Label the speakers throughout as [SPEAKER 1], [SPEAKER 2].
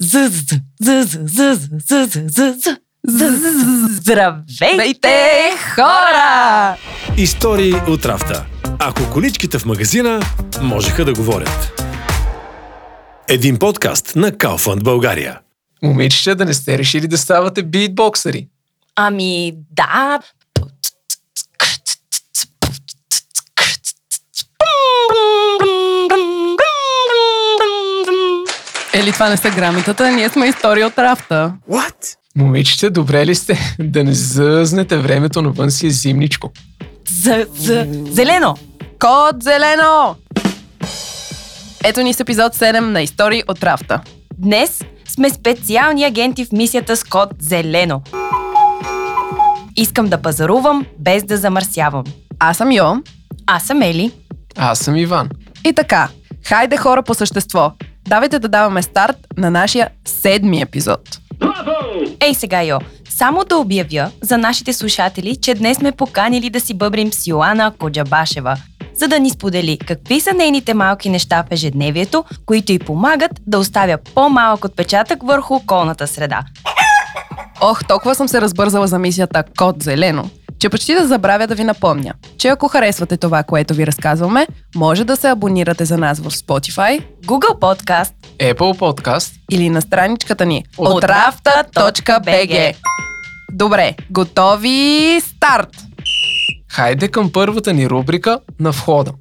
[SPEAKER 1] Зъз, зъз, зъз, зъз, зъз, зъз, зъз. Здравейте, хора!
[SPEAKER 2] Истории от рафта. Ако количките в магазина можеха да говорят. Един подкаст на Kaufland България.
[SPEAKER 3] Момичета, да не сте решили да ставате битбоксери.
[SPEAKER 1] Ами да.
[SPEAKER 4] Ели, това не са грамотата, ние сме история от рафта.
[SPEAKER 3] What? Момичета, добре ли сте? Да не зъзнете времето навън си е зимничко.
[SPEAKER 1] З, з, зелено!
[SPEAKER 4] Код зелено! Ето ни с епизод 7 на истории от рафта.
[SPEAKER 1] Днес сме специални агенти в мисията с код зелено. Искам да пазарувам, без да замърсявам.
[SPEAKER 4] Аз съм Йо.
[SPEAKER 1] Аз съм Ели.
[SPEAKER 3] Аз съм Иван.
[SPEAKER 4] И така, хайде хора по същество. Давайте да даваме старт на нашия седми епизод.
[SPEAKER 1] Ей сега, Йо, само да обявя за нашите слушатели, че днес сме поканили да си бъбрим с Йоана Коджабашева, за да ни сподели какви са нейните малки неща в ежедневието, които й помагат да оставя по-малък отпечатък върху околната среда.
[SPEAKER 4] Ох, толкова съм се разбързала за мисията Код зелено, че почти да забравя да ви напомня, че ако харесвате това, което ви разказваме, може да се абонирате за нас в Spotify
[SPEAKER 1] Google Podcast
[SPEAKER 3] Apple Podcast.
[SPEAKER 4] или на страничката ни
[SPEAKER 1] otrafta.bg.
[SPEAKER 4] Добре, готови, старт!
[SPEAKER 3] Хайде към първата ни рубрика на входа.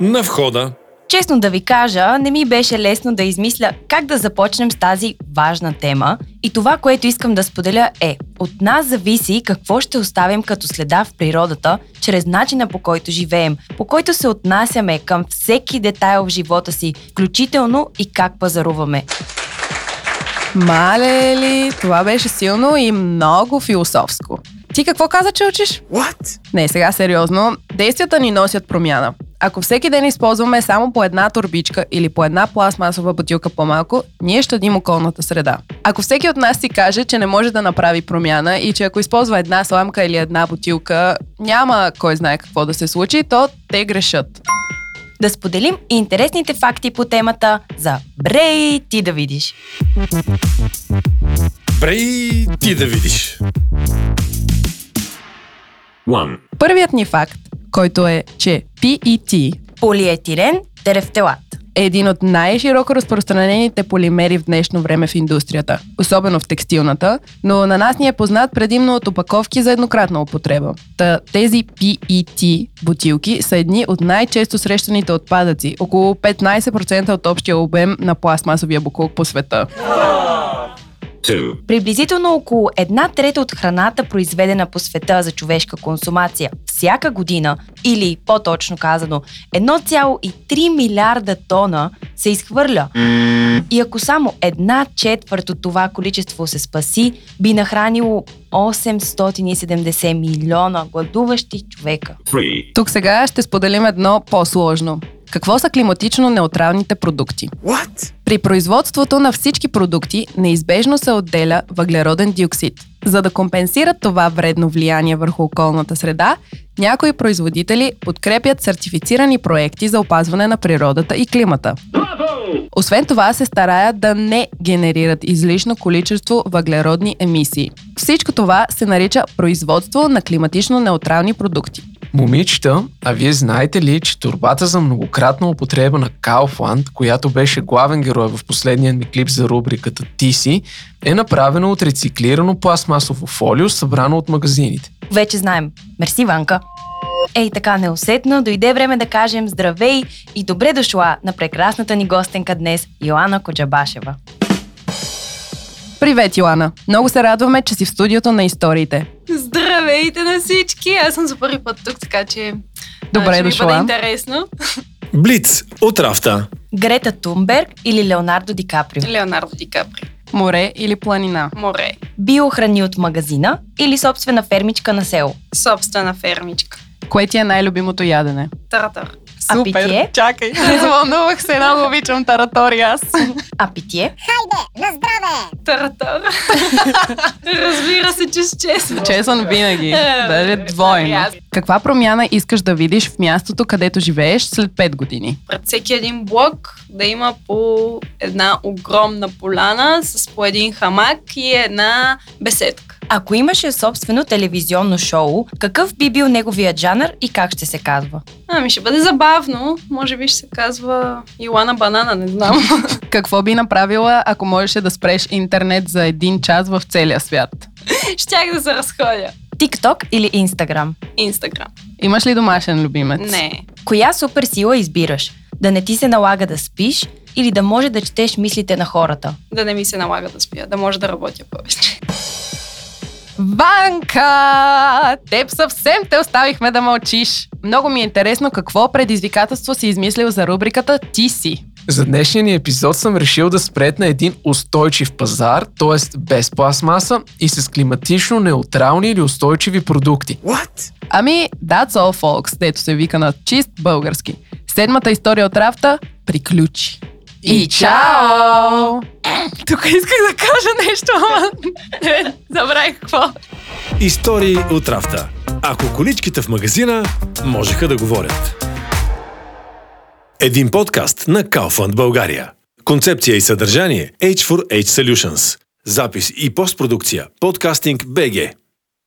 [SPEAKER 2] На входа
[SPEAKER 1] Честно да ви кажа, не ми беше лесно да измисля как да започнем с тази важна тема. И това, което искам да споделя е, от нас зависи какво ще оставим като следа в природата, чрез начина по който живеем, по който се отнасяме към всеки детайл в живота си, включително и как пазаруваме.
[SPEAKER 4] Мале ли, това беше силно и много философско. Ти какво каза, че учиш?
[SPEAKER 3] What?
[SPEAKER 4] Не, сега сериозно. Действията ни носят промяна. Ако всеки ден използваме само по една турбичка или по една пластмасова бутилка по-малко, ние ще дим околната среда. Ако всеки от нас си каже, че не може да направи промяна и че ако използва една сламка или една бутилка, няма кой знае какво да се случи, то те грешат.
[SPEAKER 1] Да споделим и интересните факти по темата за Брей ти да видиш.
[SPEAKER 2] брей ти да видиш. One.
[SPEAKER 4] Първият ни факт, който е, че PET
[SPEAKER 1] Полиетилен терефтелат.
[SPEAKER 4] е един от най-широко разпространените полимери в днешно време в индустрията, особено в текстилната, но на нас ни е познат предимно от опаковки за еднократна употреба. Та, тези PET бутилки са едни от най-често срещаните отпадъци, около 15% от общия обем на пластмасовия буклук по света.
[SPEAKER 1] Приблизително около една трета от храната, произведена по света за човешка консумация всяка година, или по-точно казано 1,3 милиарда тона, се изхвърля. И ако само една четвърт от това количество се спаси, би нахранило 870 милиона гладуващи човека.
[SPEAKER 4] Тук сега ще споделим едно по-сложно. Какво са климатично неутралните продукти?
[SPEAKER 3] What?
[SPEAKER 4] При производството на всички продукти неизбежно се отделя въглероден диоксид. За да компенсират това вредно влияние върху околната среда, някои производители подкрепят сертифицирани проекти за опазване на природата и климата. Освен това се стараят да не генерират излишно количество въглеродни емисии. Всичко това се нарича производство на климатично неутрални продукти.
[SPEAKER 3] Момичета, а вие знаете ли, че турбата за многократна употреба на Kaufland, която беше главен герой в последния ми клип за рубриката Ти си, е направена от рециклирано пластмасово фолио, събрано от магазините.
[SPEAKER 1] Вече знаем. Мерси, Ванка. Ей така неусетно, дойде време да кажем здравей и добре дошла на прекрасната ни гостенка днес, Йоана Коджабашева.
[SPEAKER 4] Привет, Йоана! Много се радваме, че си в студиото на историите.
[SPEAKER 5] Здравейте на всички! Аз съм за първи път тук, така че...
[SPEAKER 4] Добре
[SPEAKER 5] а, ще
[SPEAKER 4] дошла.
[SPEAKER 5] Ми бъде интересно.
[SPEAKER 2] Блиц от рафта.
[SPEAKER 1] Грета Тунберг или Леонардо Ди Каприо?
[SPEAKER 5] Леонардо Ди Капри.
[SPEAKER 4] Море или планина?
[SPEAKER 5] Море.
[SPEAKER 1] Биохрани от магазина или собствена фермичка на село?
[SPEAKER 5] Собствена фермичка.
[SPEAKER 4] Кое ти е най-любимото ядене?
[SPEAKER 5] Таратар.
[SPEAKER 1] А питие?
[SPEAKER 4] Чакай, развълнувах се, много обичам таратория аз.
[SPEAKER 1] А питие?
[SPEAKER 5] Таратара. Разбира се, че с честно.
[SPEAKER 4] Честен винаги,
[SPEAKER 5] Е,
[SPEAKER 4] даже
[SPEAKER 5] добре,
[SPEAKER 4] двойно.
[SPEAKER 5] ясно.
[SPEAKER 4] Каква промяна искаш да видиш в мястото, където живееш след 5 години?
[SPEAKER 5] пред всеки един блок да има по една огромна поляна с по един хамак и една беседка.
[SPEAKER 1] Ако имаше собствено телевизионно шоу, какъв би бил неговият жанр и как ще се казва?
[SPEAKER 5] Ами ще бъде забавно. Може би ще се казва Илана Банана, не знам.
[SPEAKER 4] Какво би направила, ако можеше да спреш интернет за един час в целия свят?
[SPEAKER 5] Щях да се разходя.
[SPEAKER 1] TikTok или Instagram?
[SPEAKER 5] Инстаграм.
[SPEAKER 4] Имаш ли домашен любимец?
[SPEAKER 5] Не.
[SPEAKER 1] Коя суперсила избираш? Да не ти се налага да спиш или да може да четеш мислите на хората?
[SPEAKER 5] Да не ми се налага да спя, да може да работя повече.
[SPEAKER 4] Ванка! Теб съвсем те оставихме да мълчиш. Много ми е интересно какво предизвикателство си измислил за рубриката Ти си.
[SPEAKER 3] За днешния ни епизод съм решил да спрет на един устойчив пазар, т.е. без пластмаса и с климатично неутрални или устойчиви продукти.
[SPEAKER 4] Ами, that's all folks, дето се вика на чист български. Седмата история от Рафта приключи.
[SPEAKER 3] И
[SPEAKER 4] чао! Тук исках да кажа нещо, ама не, забравих какво.
[SPEAKER 2] Истории от рафта. Ако количките в магазина можеха да говорят. Един подкаст на Kaufland България. Концепция и съдържание H4H Solutions. Запис и постпродукция. Подкастинг БГ.